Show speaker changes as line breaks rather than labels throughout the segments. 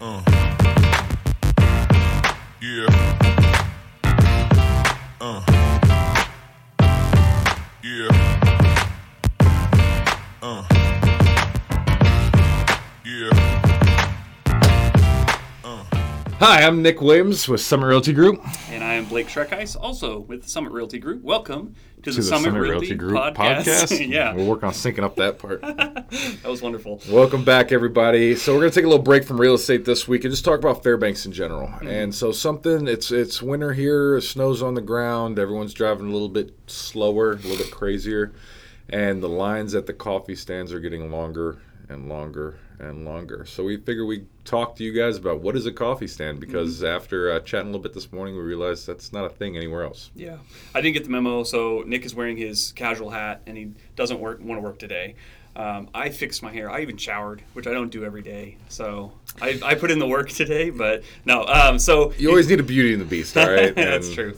Uh. Yeah. Uh. Yeah. Uh. Yeah. Uh.
Hi, I'm Nick Williams with Summit Realty Group.
And I am Blake Shrekice, also with Summit Realty Group. Welcome to,
To the Summit, Realty, Group podcast.
yeah,
We'll work on syncing up that part.
that was wonderful.
Welcome back, everybody. So we're gonna take a little break from real estate this week and just talk about Fairbanks in general. And so something it's it's winter here, snow's on the ground, everyone's driving a little bit slower, a little bit crazier, and the lines at the coffee stands are getting longer and longer and longer. So we figure we talk to you guys about what is a coffee stand because after uh, chatting a little bit this morning, we realized that's not a thing anywhere else.
Yeah, I didn't get the memo. So Nick is wearing his casual hat, and he doesn't work want to work today. Um, I fixed my hair. I even showered, which I don't do every day. So I, I put in the work today, but no. Um, so
You always need a Beauty and the Beast, all right?
that's
And
true.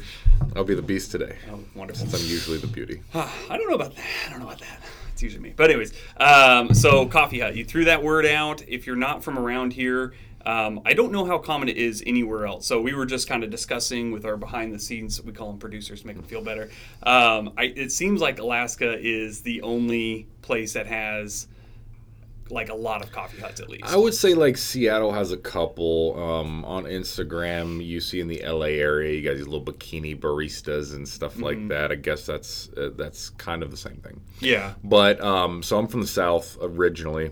I'll be the Beast today.
Oh, wonderful.
I'm usually the beauty.
Uh, I don't know about that. I don't know about that. It's usually me. But anyways, um, so coffee hut. You threw that word out. If you're not from around here, um, I don't know how common it is anywhere else. So we were just kind of discussing with our behind the scenes. We call them producers to make them feel better. Um, I, it seems like Alaska is the only place that has like a lot of coffee huts at least.
I would say like Seattle has a couple um, on Instagram. You see in the LA area, you got these little bikini baristas and stuff
Mm-hmm.
like that. I guess that's uh, that's kind of the same thing.
yeah.
But um, so I'm from the South originally.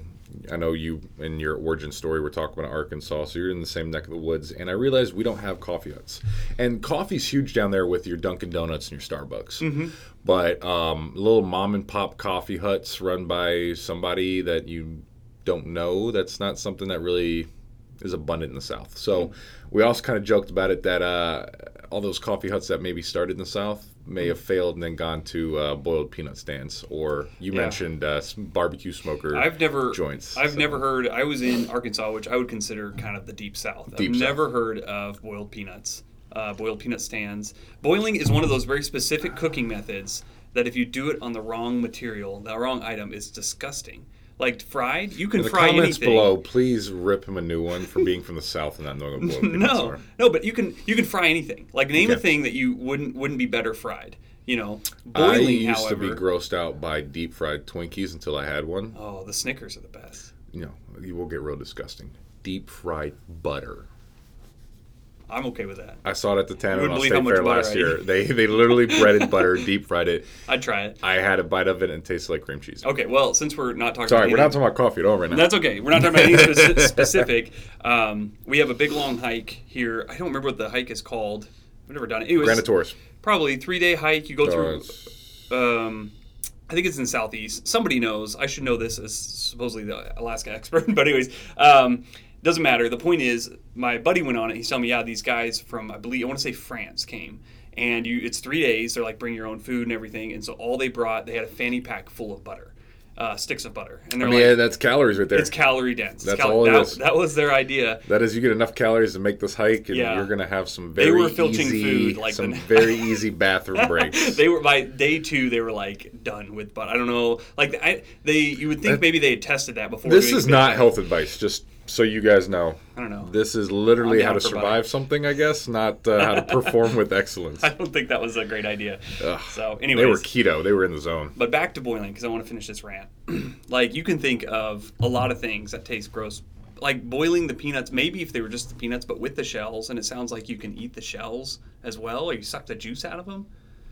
I know you in your origin story were talking about Arkansas, so you're in the same neck of the woods. And I realized we don't have coffee huts, and coffee's huge down there with your Dunkin' Donuts and your Starbucks.
Mm-hmm.
But um, little mom and pop coffee huts run by somebody that you don't know. That's not something that really is abundant in the South. So we also kind of joked about it that uh, all those coffee huts that maybe started in the South may have failed and then gone to uh, boiled peanut stands, or you mentioned uh, s- barbecue smoker.
I've never
joints,
I've
so.
never heard. I was in Arkansas, which I would consider kind of the deep south.
Deep
I've
South.
never heard of boiled peanuts. Uh, boiled peanut stands. Boiling is one of those very specific cooking methods that if you do it on the wrong material, the wrong item, it's disgusting. Like fried, you can
in the
fry
comments
anything.
below, please rip him a new one for being from the South and not knowing what boiled peanuts
No,
are.
no, but you can you can fry anything. Like name a
Okay.
thing that you wouldn't wouldn't be better fried. You know,
I
boiling.
used
however,
to be grossed out by deep fried Twinkies until I had one.
oh, the Snickers are the best.
You know, you will get real disgusting. Deep fried butter.
I'm okay with that.
I saw it at the Tana
You wouldn't
State
believe how much
Fair
butter
last
I
year.
ate.
They they literally breaded butter, deep fried it.
I'd try it.
I had a bite of it and it tasted like cream cheese.
Okay, well, since we're not talking.
Sorry,
about
we're not
anything-
talking about coffee at all right now.
That's okay. We're not talking about anything speci- specific. Um, we have a big long hike here. I don't remember what the hike is called. I've never done it. It was
Granitors.
probably three day hike. You go
Uh,
through. Um, I think it's in southeast. Somebody knows. I should know this as supposedly the Alaska expert. But anyways, um, doesn't matter. The point is, my buddy went on it. He's telling me, yeah, these guys from I believe I want to say France came. And you, it's three days. They're like, bring your own food and everything. And so all they brought, they had a fanny pack full of butter, uh, sticks of butter. And they're
I mean,
like,
yeah, that's calories right there.
it's calorie dense. It's
That's
cal-
all it
that,
is.
that was their idea.
that is, you get enough calories to make this hike, and
Yeah.
you're gonna have some very
They were filching
easy,
food like
some
the-
very easy bathroom breaks.
They were by day two. They were like done with, but I don't know. Like I, they, you would think maybe they had tested that before.
this
doing
is
big-
not health advice, just so you guys know.
I don't know.
This is literally
I'm
how to
down for butter.
survive something, I guess, not uh, how to perform with excellence.
I don't think that was a great idea. so, anyways,
They were keto. They were in the zone.
But back to boiling because I want to finish this rant. like you can think of a lot of things that taste gross, like boiling the peanuts. Maybe if they were just the peanuts, but with the shells, and it sounds like you can eat the shells as well, or you suck the juice out of them. Oh.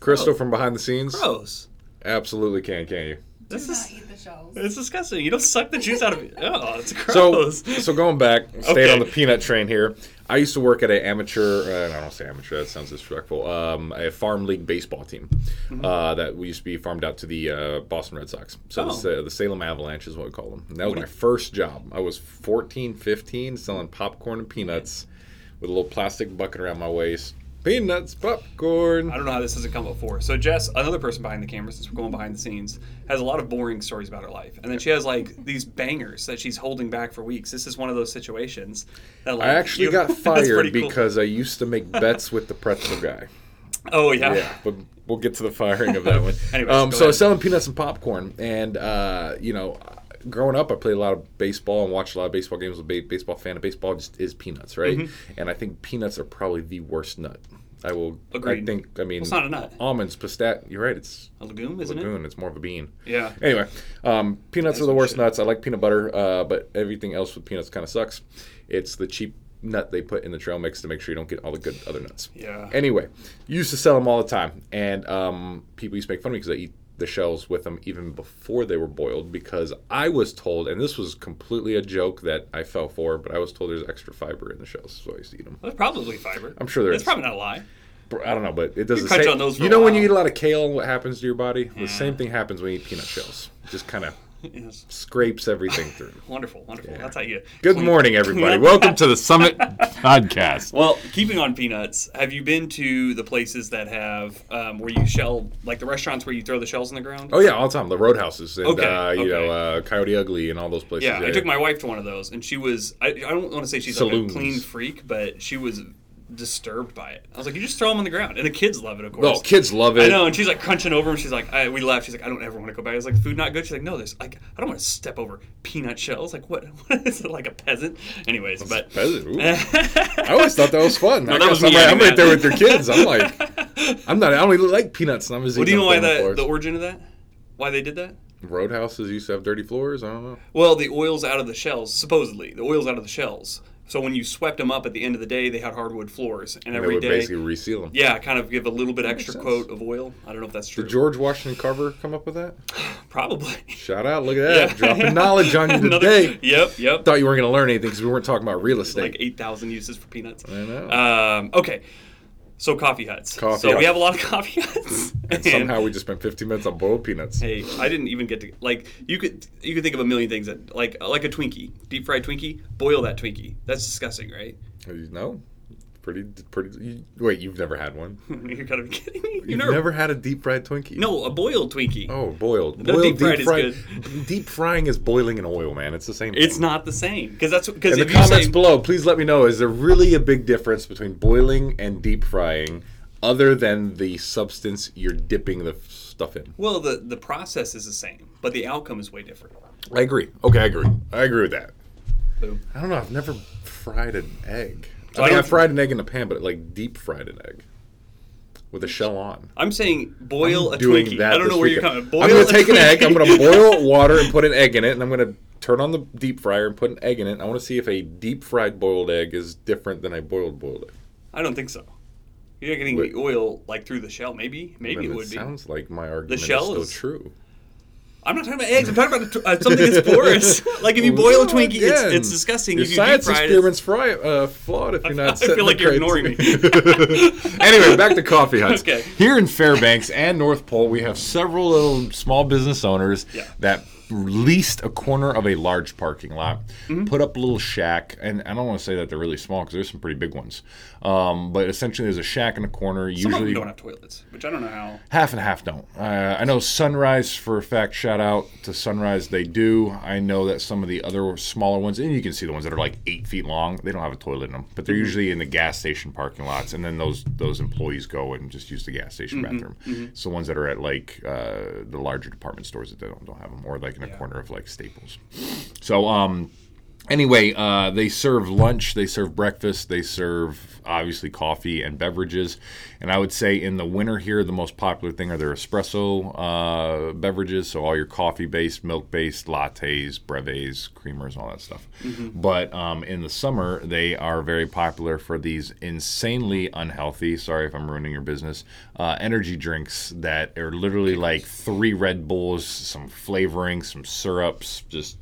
Crystal from behind the scenes,
Gross.
absolutely can, can you?
This
Do not
is
eat the shells.
it's disgusting. You don't suck the juice out of it. Oh, it's
So,
gross.
so going back, staying
Okay.
on the peanut train here. I used to work at an amateur. Uh, I don't say amateur. That sounds disrespectful. Um, a farm league baseball team
Mm-hmm.
uh, that we used to be farmed out to the uh, Boston Red Sox. So
Oh.
the, the Salem Avalanche is what we call them. And that was my first job. I was 14, 15, selling popcorn and peanuts with a little plastic bucket around my waist. Peanuts, popcorn.
I don't know how this hasn't come before. So Jess, another person behind the camera, since we're going behind the scenes, has a lot of boring stories about her life, and then she has like these bangers that she's holding back for weeks. This is one of those situations that like
I actually
you-
got
that's
fired
pretty cool.
because I used to make bets with the pretzel guy.
oh yeah,
yeah, but we'll get to the firing of that one.
Anyways,
um, so
go
I
ahead.
was selling peanuts and popcorn, and uh, you know, growing up, I played a lot of baseball and watched a lot of baseball games. Was a ba- baseball fan, and baseball just is peanuts, right?
Mm-hmm.
And I think peanuts are probably the worst nut. I will. I
Agreed.
think. I mean,
it's not a nut.
almonds, pistach. You're right. It's
A legume, isn't
lagoon. It's more of a bean.
it? Yeah.
Anyway, um, peanuts are the worst nuts. I like peanut butter, uh, but everything else with peanuts kind of sucks. It's the cheap nut they put in the trail mix to make sure you don't get all the good other nuts.
Yeah.
Anyway, used to sell them all the time, and um, people used to make fun of me because I eat the shells with them even before they were boiled because I was told, and this was completely a joke that I fell for, but I was told there's extra fiber in the shells, so I used to eat them.
That's probably fiber.
I'm sure there
That's
is.
probably not a lie.
I don't know, but it doesn't.
You cut
say-
on those for
you
a
know when you
while. Hmm.
eat a lot of kale, what happens to your body? The same thing happens when you eat peanut shells. Just kind of
Yes.
scrapes everything through.
Wonderful, wonderful. That's how you.
Good
clean-
morning, everybody. Welcome to the Summit Podcast.
Well, keeping on peanuts, have you been to the places that have um, where you shell, like the restaurants where you throw the shells in the ground?
Oh yeah, all the time. The roadhouses and
Okay,
uh, you
okay.
know uh, Coyote Ugly and all those places.
Yeah, I took my wife to one of those, and she was. I, I don't want to say she's like
Saloons.
a clean freak, but she was disturbed by it. I was like, you just throw them on the ground, and the kids love it, of course.
Oh, kids love it.
I know, and she's like crunching over, and she's like, I, we left. She's like, I don't ever want to go back. I was like, food not good. She's like, no, this like I don't want to step over peanut shells. Like what? What is it like a peasant? Anyways, but
Peasant, ooh. I always thought that was fun. I
that
guess
was me
I'm, right, I'm
adding
right there with
that.
your kids. I'm like, I'm not. I only like peanuts. And I'm just
well, do you
eating
know why
them on
that the
floors.
origin of that? Why they did that?
roadhouses used to have dirty floors? I don't know.
Well, the oil's out of the shells, supposedly. The oil's out of the shells. So when you swept them up at the end of the day, they had hardwood floors, and
They
every
would
day,
basically reseal them.
yeah, kind of give a little bit extra
sense.
coat of oil. I don't know if that's true.
Did George Washington Carver come up with that?
Probably.
Shout out! Look at that, dropping knowledge on you
Another-
today.
Yep, yep.
Thought you weren't going to learn anything because we weren't talking about real estate.
Like eight thousand uses for peanuts.
I know.
Um, okay. So coffee huts.
Coffee
so we
huts.
have a lot of coffee huts.
and somehow we just spent 15 minutes on boiled peanuts.
Hey, I didn't even get to like you could you could think of a million things that like like a Twinkie, deep fried Twinkie, boil that Twinkie. That's disgusting, right?
Uh, No, pretty, pretty. You, wait, you've never had one. You've
you gotta be kidding me. You've
never, had a deep fried Twinkie.
no a boiled Twinkie.
Oh, boiled.
No,
boiled
deep fried is
good. Deep frying is boiling in oil, man. It's the same.
It's
thing.
not the same because that's because
In the
if you
comments
say
below, please let me know: is there really a big difference between boiling and deep frying, other than the substance you're dipping the f- stuff in?
well the the process is the same, but the outcome is way different.
I agree. Okay, I agree. I agree with that.
Boom.
I don't know. I've never fried an egg.
So
I
I
mean, I
don't-
fried an egg in a pan, but like deep fried an egg with a shell on.
I'm saying boil a
doing
Twinkie.
that.
I don't
this
know where you're
weekend.
coming. Boil
I'm gonna
a
take an egg. I'm
Twinkie.
gonna boil water and put an egg in it, and I'm gonna turn on the deep fryer and put an egg in it. I want to see if a deep fried boiled egg is different than a boiled boiled egg.
I don't think so. You're not getting
Wait.
the oil like through the shell. Maybe, maybe
Then
it would be.
sounds like my argument
shell
is
is-
still true.
I'm not talking about eggs. I'm talking about a tw- uh, something that's porous. like if you boil a
Well,
Twinkie, it's,
again,
it's disgusting.
Your
if you
science
deep fry
experiments fry, uh, flawed if you're not.
I
setting
feel
the
like you're ignoring me.
criteria. anyway, back to coffee huts.
Okay.
Here in Fairbanks and North Pole, we have several little small business owners
Yeah.
that leased a corner of a large parking lot,
Mm-hmm.
put up a little shack, and I don't want to say that they're really small because there's some pretty big ones. Um, but essentially, there's a shack in a corner.
It, some of
usually,
them don't have toilets, which I don't know how.
Half and half don't. Uh, I know Sunrise for a fact. Shout out to Sunrise, they do. I know that some of the other smaller ones, and you can see the ones that are like eight feet long. They don't have a toilet in them, but they're usually in the gas station parking lots, and then those those employees go and just use the gas station bathroom. So ones that are at like uh, the larger department stores that don't don't have them, or like in a corner of like Staples. So um, anyway, uh, they serve lunch, they serve breakfast, they serve obviously coffee and beverages. And I would say in the winter here, the most popular thing are their espresso uh, beverages. So all your coffee based, milk based, lattes, brevets, creamers, all that stuff. But um, in the summer, they are very popular for these insanely unhealthy, sorry if I'm ruining your business, uh, energy drinks that are literally like three Red Bulls, some flavoring, some syrups, just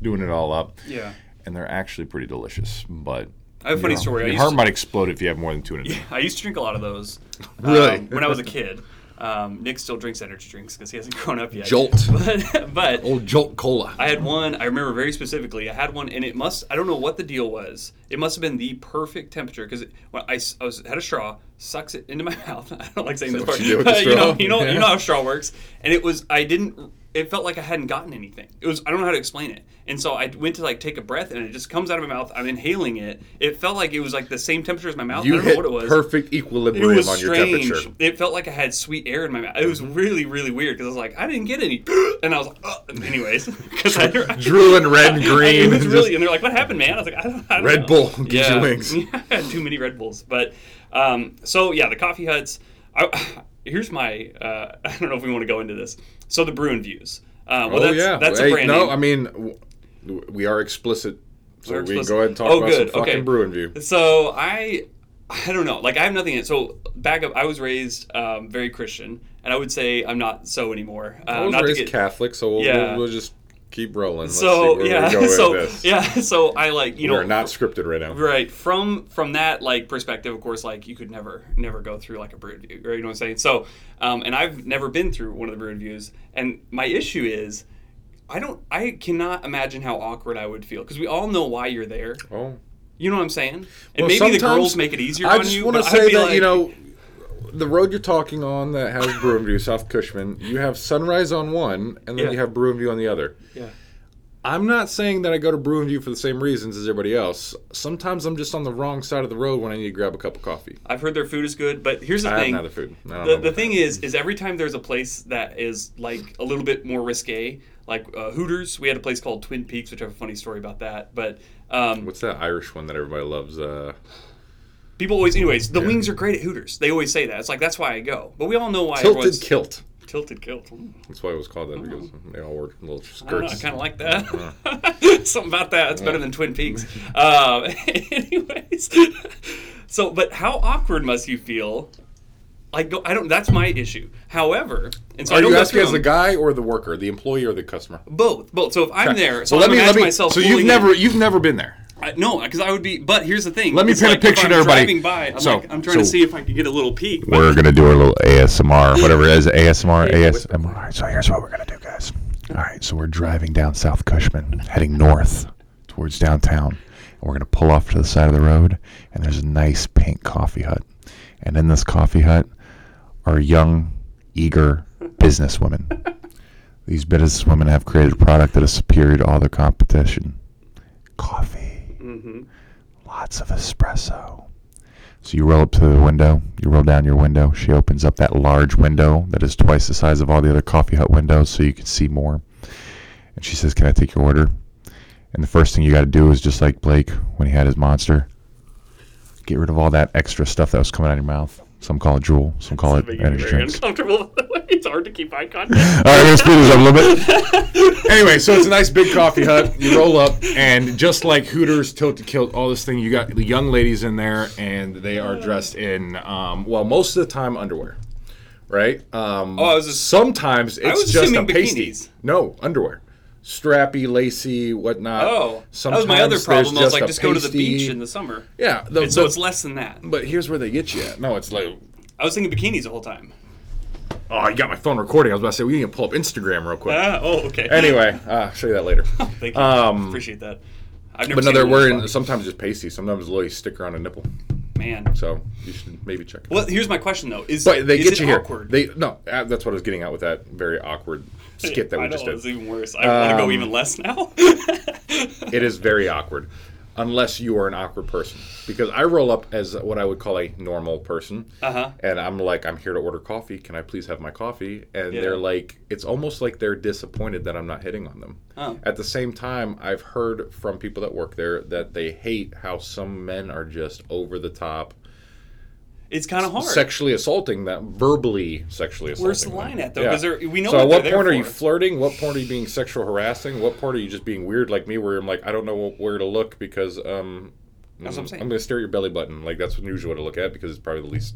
doing it all up.
Yeah,
And they're actually pretty delicious. But
I have a funny story. I
your
used,
heart
to,
might explode if you have more than two in it.
I used to drink a lot of those.
Really?
um, when I was a kid. Um, Nick still drinks energy drinks because he hasn't grown up yet.
Jolt.
but, but
Old Jolt Cola.
I had one. I remember very specifically. I had one, and it must—I don't know what the deal was. It must have been the perfect temperature because when I, s- I was had a straw, sucks it into my mouth. I don't like saying this
what
part.
you do with the
you know,
straw?
you know,
Yeah.
you know how straw works. And it was—I didn't it felt like I hadn't gotten anything. It was I don't know how to explain it. And so I went to like take a breath, and it just comes out of my mouth. I'm inhaling it. It felt like it was like the same temperature as my mouth. I
You
don't know
hit
what it was.
perfect
It
equilibrium
was
on your
strange.
temperature.
It felt like I had sweet air in my mouth. It was really, really weird because I was like, I didn't get any, and I was like, Ugh. anyways, because I,
Drooling red and green.
it was
and
really,
just-
and they're like, "What happened, man?" I was like, "I don't, I don't
Red
know."
Bull gives you wings.
Yeah, too many Red Bulls. But um, so yeah, the coffee huts. I, here's my. Uh, I don't know if we want to go into this. So the Bruin views. Uh, well,
oh
that's,
yeah,
that's
Hey,
a brand
no,
name.
I mean w- we are explicit, so
We're
we can
explicit.
go ahead and talk
Oh,
about
good,
some fucking
okay.
Bruin view.
So I, I don't know. Like I have nothing. in it. So back up. I was raised um, very Christian, and I would say I'm not so anymore. Uh,
I was
not to
raised
get-
Catholic, so we'll,
Yeah.
we'll, we'll just keep rolling. Let's see
So
where
yeah,
we go with
so
this.
yeah, so I like you
we're
know
not scripted right now.
Right. From from that like perspective, of course, like you could never never go through like a brood view, right? You know what I'm saying? So, um, and I've never been through one of the brood views, and my issue is, I don't, I cannot imagine how awkward I would feel because we all know why you're there.
Oh.
You know what I'm saying? And
Well,
maybe the
sometimes-
girls make it easier
I
on
just
you.
want to
but I'd
say
be
that
like-
you know the road you're talking on that has Bruin View, South Cushman. You have sunrise on one, and then
Yeah.
you have Bruin View on the other.
Yeah.
I'm not saying that I go to Bruin View for the same reasons as everybody else. Sometimes I'm just on the wrong side of the road when I need to grab a cup of coffee.
I've heard their food is good, but here's the
I have
thing:
another food. I don't
the,
know.
the thing is, is every time there's a place that is like a little bit more risque, like uh, Hooters, we had a place called Twin Peaks, which I have a funny story about that. But um,
What's that Irish one that everybody loves? Uh,
people always, anyways, the wings are great at Hooters. They always say that. It's like that's why I go. But we all know why
tilted
everyone's
kilt.
tilted kilt. Mm.
That's why it was called that because they all wore little skirts.
I don't know. I kind of like that. Something about that. It's better than Twin Peaks. Um, anyways, so but how awkward must you feel? Like go, I don't. That's my issue. However, and so I
Are
don't
you
go
asking
through
as the
them.
guy or the worker, the employee or the customer?
Both, both. So if I'm there, so
Well,
I'm imagine myself.
So you've
pulling
never
In.
you've never been there.
I, no, because I would be. But here's the thing.
Let me
It's
paint a
like if
picture to
I'm
everybody.
Driving by, I'm,
So-
like, I'm trying to
so-
see if I can get a little peek. but-
We're gonna do a little ASMR, whatever it is, ASMR, ASMR. All right, so here's what we're gonna do, guys. All right, so we're driving down South Cushman, heading north towards downtown, and we're gonna pull off to the side of the road, and there's a nice pink coffee hut, and in this coffee hut are young, eager businesswomen. These businesswomen have created a product that is superior to all their competition: coffee,
Mm-hmm.
lots of espresso. So you roll up to the window, you roll down your window. She opens up that large window that is twice the size of all the other coffee hut windows so you can see more. And she says, Can I take your order? And the first thing you got to do is just like Blake when he had his monster, get rid of all that extra stuff that was coming out of your mouth. Some call it drool, some call it
making me
energy
very
drinks.
uncomfortable. by the way. it's hard to keep eye contact.
All right, let's speed this up a little bit.
anyway, so it's a nice big coffee hut. You roll up, and just like Hooters, Tilted Kilt, all this thing, you got the young ladies in there, and they are dressed in, um, well, most of the time underwear, right? Um,
Oh, I was just-
sometimes it's
was
just a
assuming
pasty.
bikinis.
No underwear. Strappy, lacy, whatnot.
Oh, that was my other
Sometimes
problem.
there's
I was like,
a
just go to the
pasty-
beach in the summer.
yeah, the-
And so
but-
it's less than that.
But here's where they get you. At. No, it's like
I was thinking bikinis the whole time.
oh, I got my phone recording. I was about to say we need to pull up Instagram real quick.
Ah, oh, okay.
anyway, uh, I'll show you that later.
Thank you.
um,
Appreciate that. I've never
But no,
seen
they're
one of those
wearing
bodies.
sometimes just pasty, sometimes a little sticker on a nipple.
man.
So you should maybe check. It. out.
Well, here's my question though: Is
But they
is
get
it
you here.
awkward?
They no, uh, that's what I was getting at with that very awkward skit that
I
we
know,
just did.
It's even worse. I want to go
Um,
even less now.
It is very awkward, unless you are an awkward person. Because I roll up as what I would call a normal person,
Uh-huh.
and I'm like, I'm here to order coffee. Can I please have my coffee? And
Yeah.
they're like, it's almost like they're disappointed that I'm not hitting on them.
Oh.
At the same time, I've heard from people that work there that they hate how some men are just over the top.
it's kind of hard.
sexually assaulting them, verbally sexually assaulting.
Where's the
them.
line at, though? 'Cause they're- we know
So
what
at what
they're there
point are you
for.
flirting? What point are you being sexual harassing? What point are you just being weird like me, where I'm like, I don't know where to look because um,
That's what I'm saying.
going to stare at your belly button. Like that's usually what I look at because it's probably the least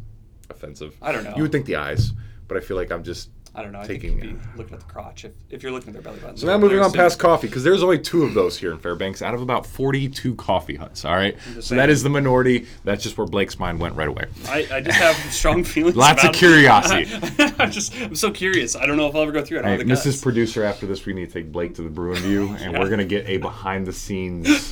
offensive.
I don't know.
You would think the eyes, but I feel like I'm just.
I don't know. I
Taking,
think you'd be looking at the crotch if, if you're looking at their belly button.
So now moving on past coffee because there's only two of those here in Fairbanks out of about 42 coffee huts. All right, so that is the minority. That's just where Blake's mind went right away.
I, I just have strong feelings.
Lots of
about-
curiosity.
I'm just I'm so curious. I don't know if I'll ever go through it. I
Hey,
don't have the
Mrs.
guts.
Producer, after this, we need to take Blake to the Bruin View, and we're gonna get a behind-the-scenes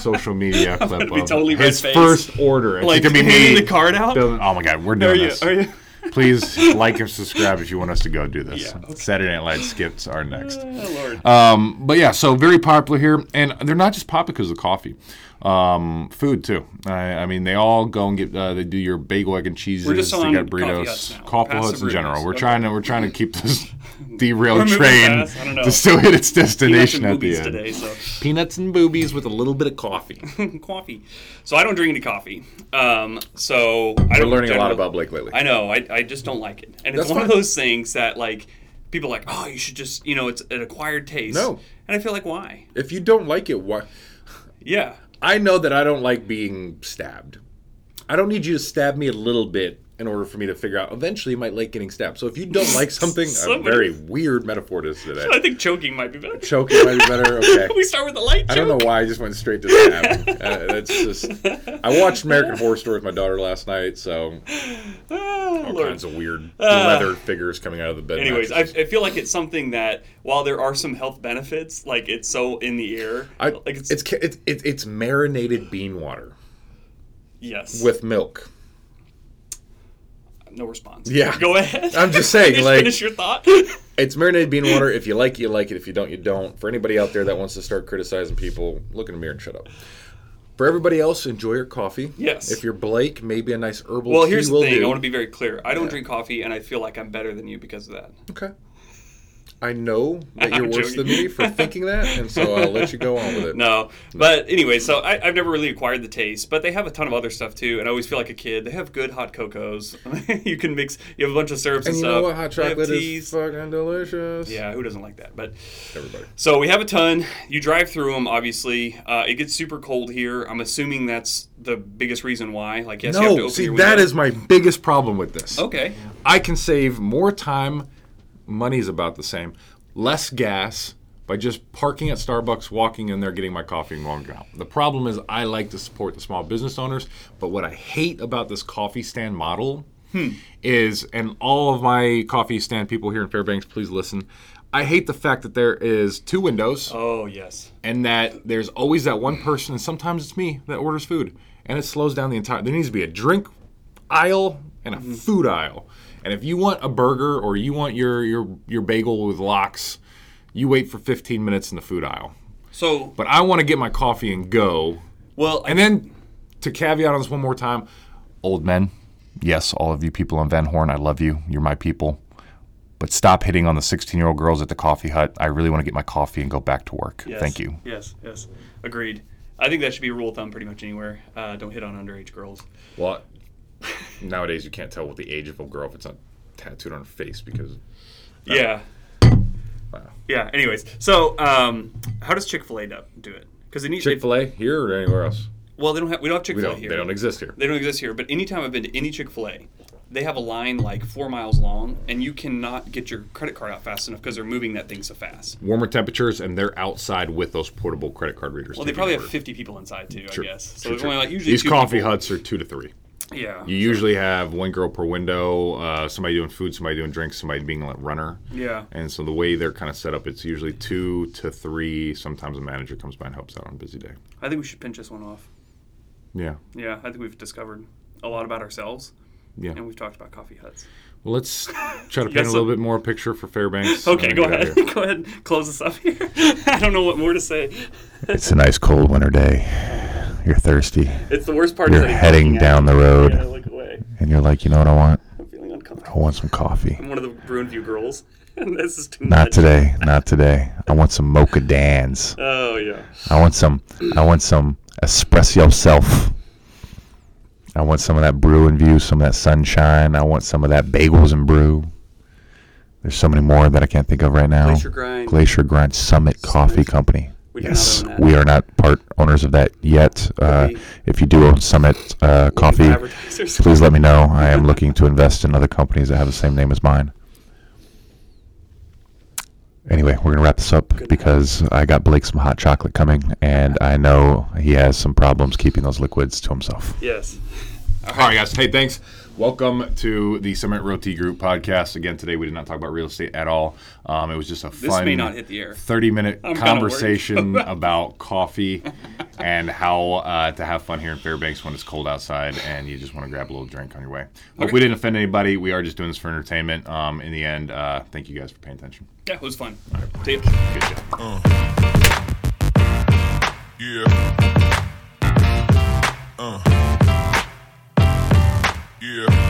social media clip
be
of
totally
his
red-faced.
first order. It's
Like,
gonna be
handing
me
the card out?
building- oh my god, we're doing
Are you?
this.
Are you?
Please like and subscribe if you want us to go do this.
Yeah, okay.
Saturday Night Live skits are next.
Oh, Lord.
Um, but yeah, so very popular here, and they're not just popular because of coffee. Um, food too. I, I mean, they all go and get. Uh, they do your bagel, egg, and cheeses.
We're just
they got
on coffee huts
burritos,
now.
coffee
Past the
huts in
burritos.
general. We're
Okay.
trying to. We're trying to keep this
We're
derailed
moving
train
fast. I don't know.
to still hit its destination
Mentioned
at the
movies
end.
today, so
Peanuts and boobies with a little bit of coffee.
coffee. So I don't drink any coffee. Um,
We're
so I don't
learning a lot
generally-
about Blake lately.
I know. I, I just don't like it, and it's
That's
one of
fine.
those things that like people are like, oh, you should just you know, it's an acquired taste.
No.
and I feel like why?
If you don't like it, why?
Yeah,
I know that I don't like being stabbed. I don't need you to stab me a little bit in order for me to figure out. Eventually, you might like getting stabbed. So if you don't like something, a
Somebody-
very weird metaphor is today.
I think choking might be better.
Choking might be better. Okay.
we start with the light.
I don't know why I just went straight to stab. uh, that's just. I watched American Horror Story with my daughter last night, so
Ah,
all kinds of weird leather figures coming out of the bed.
Anyways, I,
mattresses.
I feel like it's something that while there are some health benefits, like it's so in the air.
I,
like
it's it's, ca- it's it's it's marinated bean water
yes
with milk.
no response.
Yeah.
go ahead.
I'm just saying,
Finish-
like-
finish your thought.
It's marinated bean water. If you like it, you like it. If you don't, you don't. For anybody out there that wants to start criticizing people, look in the mirror and shut up. For everybody else, enjoy your coffee.
Yes.
If you're Blake, maybe a nice herbal
well,
tea
here's the
will
thing.
do.
I want to be very clear. I don't drink coffee, and I feel like I'm better than you because of that.
okay. I know that you're
I'm
worse than
joking.
me for thinking that, and so I'll let you go on with it.
No, but anyway, so I, I've never really acquired the taste, but they have a ton of other stuff too, and I always feel like a kid. They have good hot cocos. you can mix. You have a bunch of syrups and,
And you know
stuff.
what? Hot
They have
chocolate is
teas.
fucking delicious.
Yeah, who doesn't like that? But
Everybody.
So we have a ton. You drive through them, obviously. Uh, it gets super cold here. I'm assuming that's the biggest reason why. Like, yes, you have to
No,
open
see,
your
that
window.
is my biggest problem with this.
okay.
I can save more time, money's about the same, less gas by just parking at Starbucks, walking in there, getting my coffee, and going out. The problem is, I like to support the small business owners, but what I hate about this coffee stand model is, and all of my coffee stand people here in Fairbanks, please listen. I hate the fact that there is two windows
Oh yes.
and that there's always that one person, and sometimes it's me that orders food, and it slows down the entire. There needs to be a drink aisle and a food aisle, and if you want a burger or you want your your your bagel with lox, you wait for 15 minutes in the food aisle.
So
But I want to get my coffee and go,
well, I,
and then to caveat on this one more time,
old men. Yes, all of you people in Van Horn, I love you. You're my people. But stop hitting on the 16 year old girls at the coffee hut. I really want to get my coffee and go back to work.
yes,
Thank you.
Yes, yes, agreed. I think that should be a rule of thumb pretty much anywhere. Uh, don't hit on underage girls.
well, nowadays you can't tell what the age of a girl if it's not tattooed on her face because
Yeah.
wow.
Yeah. Anyways, so um, how does Chick Fil A do do it? Because they need.
Chick Fil A here or anywhere else,
well, they don't have. We don't have Chick
we
Fil A
don't.
here.
They don't exist here.
They don't exist here, but anytime I've been to any Chick fil A, they have a line like four miles long, and you cannot get your credit card out fast enough because they're moving that thing so fast.
warmer temperatures and they're outside with those portable credit card readers.
Well, they probably have 50 people inside, too, I guess. So there's only like usually
These
two
coffee
people.
huts are two to three.
Yeah.
You usually have one girl per window, uh, somebody doing food, somebody doing drinks, somebody being a runner.
Yeah.
And so the way they're kind of set up, it's usually two to three. Sometimes a manager comes by and helps out on a busy day.
I think we should pinch this one off.
Yeah.
Yeah, I think we've discovered a lot about ourselves,
Yeah.
and we've talked about coffee huts.
Well, let's try to paint
got
a little
some-
bit more picture for Fairbanks. and
Okay,
then
go
get out of
ahead.
here.
go ahead and close this up here. I don't know what more to say.
It's a nice cold winter day. You're thirsty.
It's the worst part
You're
is that
heading down the road.
Yeah, look away.
And you're like, you know what I want?
I'm feeling uncomfortable.
I want some coffee.
I'm one of the Bruin View girls, and this is too
Not
much.
today. Not today. I want some mocha dans.
Oh, yeah.
I want some. I want some espresso self. I want some of that brew and view, some of that sunshine. I want some of that bagels and brew. There's so many more that I can't think of right now.
Glacier Grind.
Glacier Grind Summit Coffee Company.
We do not
yes,
own that.
we are not part owners of that yet. Uh,
we-
if you do own Summit uh, Coffee,
Advertisers.
please let me know. I am looking to invest in other companies that have the same name as mine. Anyway, we're gonna wrap this up because I got Blake some hot chocolate coming, and I know he has some problems keeping those liquids to himself.
Yes.
All right, guys. Hey, thanks. Welcome to the Cement Row Tea Group podcast. Again, today we did not talk about real estate at all. Um, it was just a
This
fun
may not hit the air.
30 minute
I'm kinda worried.
conversation about coffee and how uh, to have fun here in Fairbanks when it's cold outside and you just want to grab a little drink on your way. Hope we didn't offend anybody. We are just doing this for entertainment. Um, in the end, uh, thank you guys for paying attention.
Yeah, it was fun. See ya.
Good job.
Yeah. Uh. Yeah.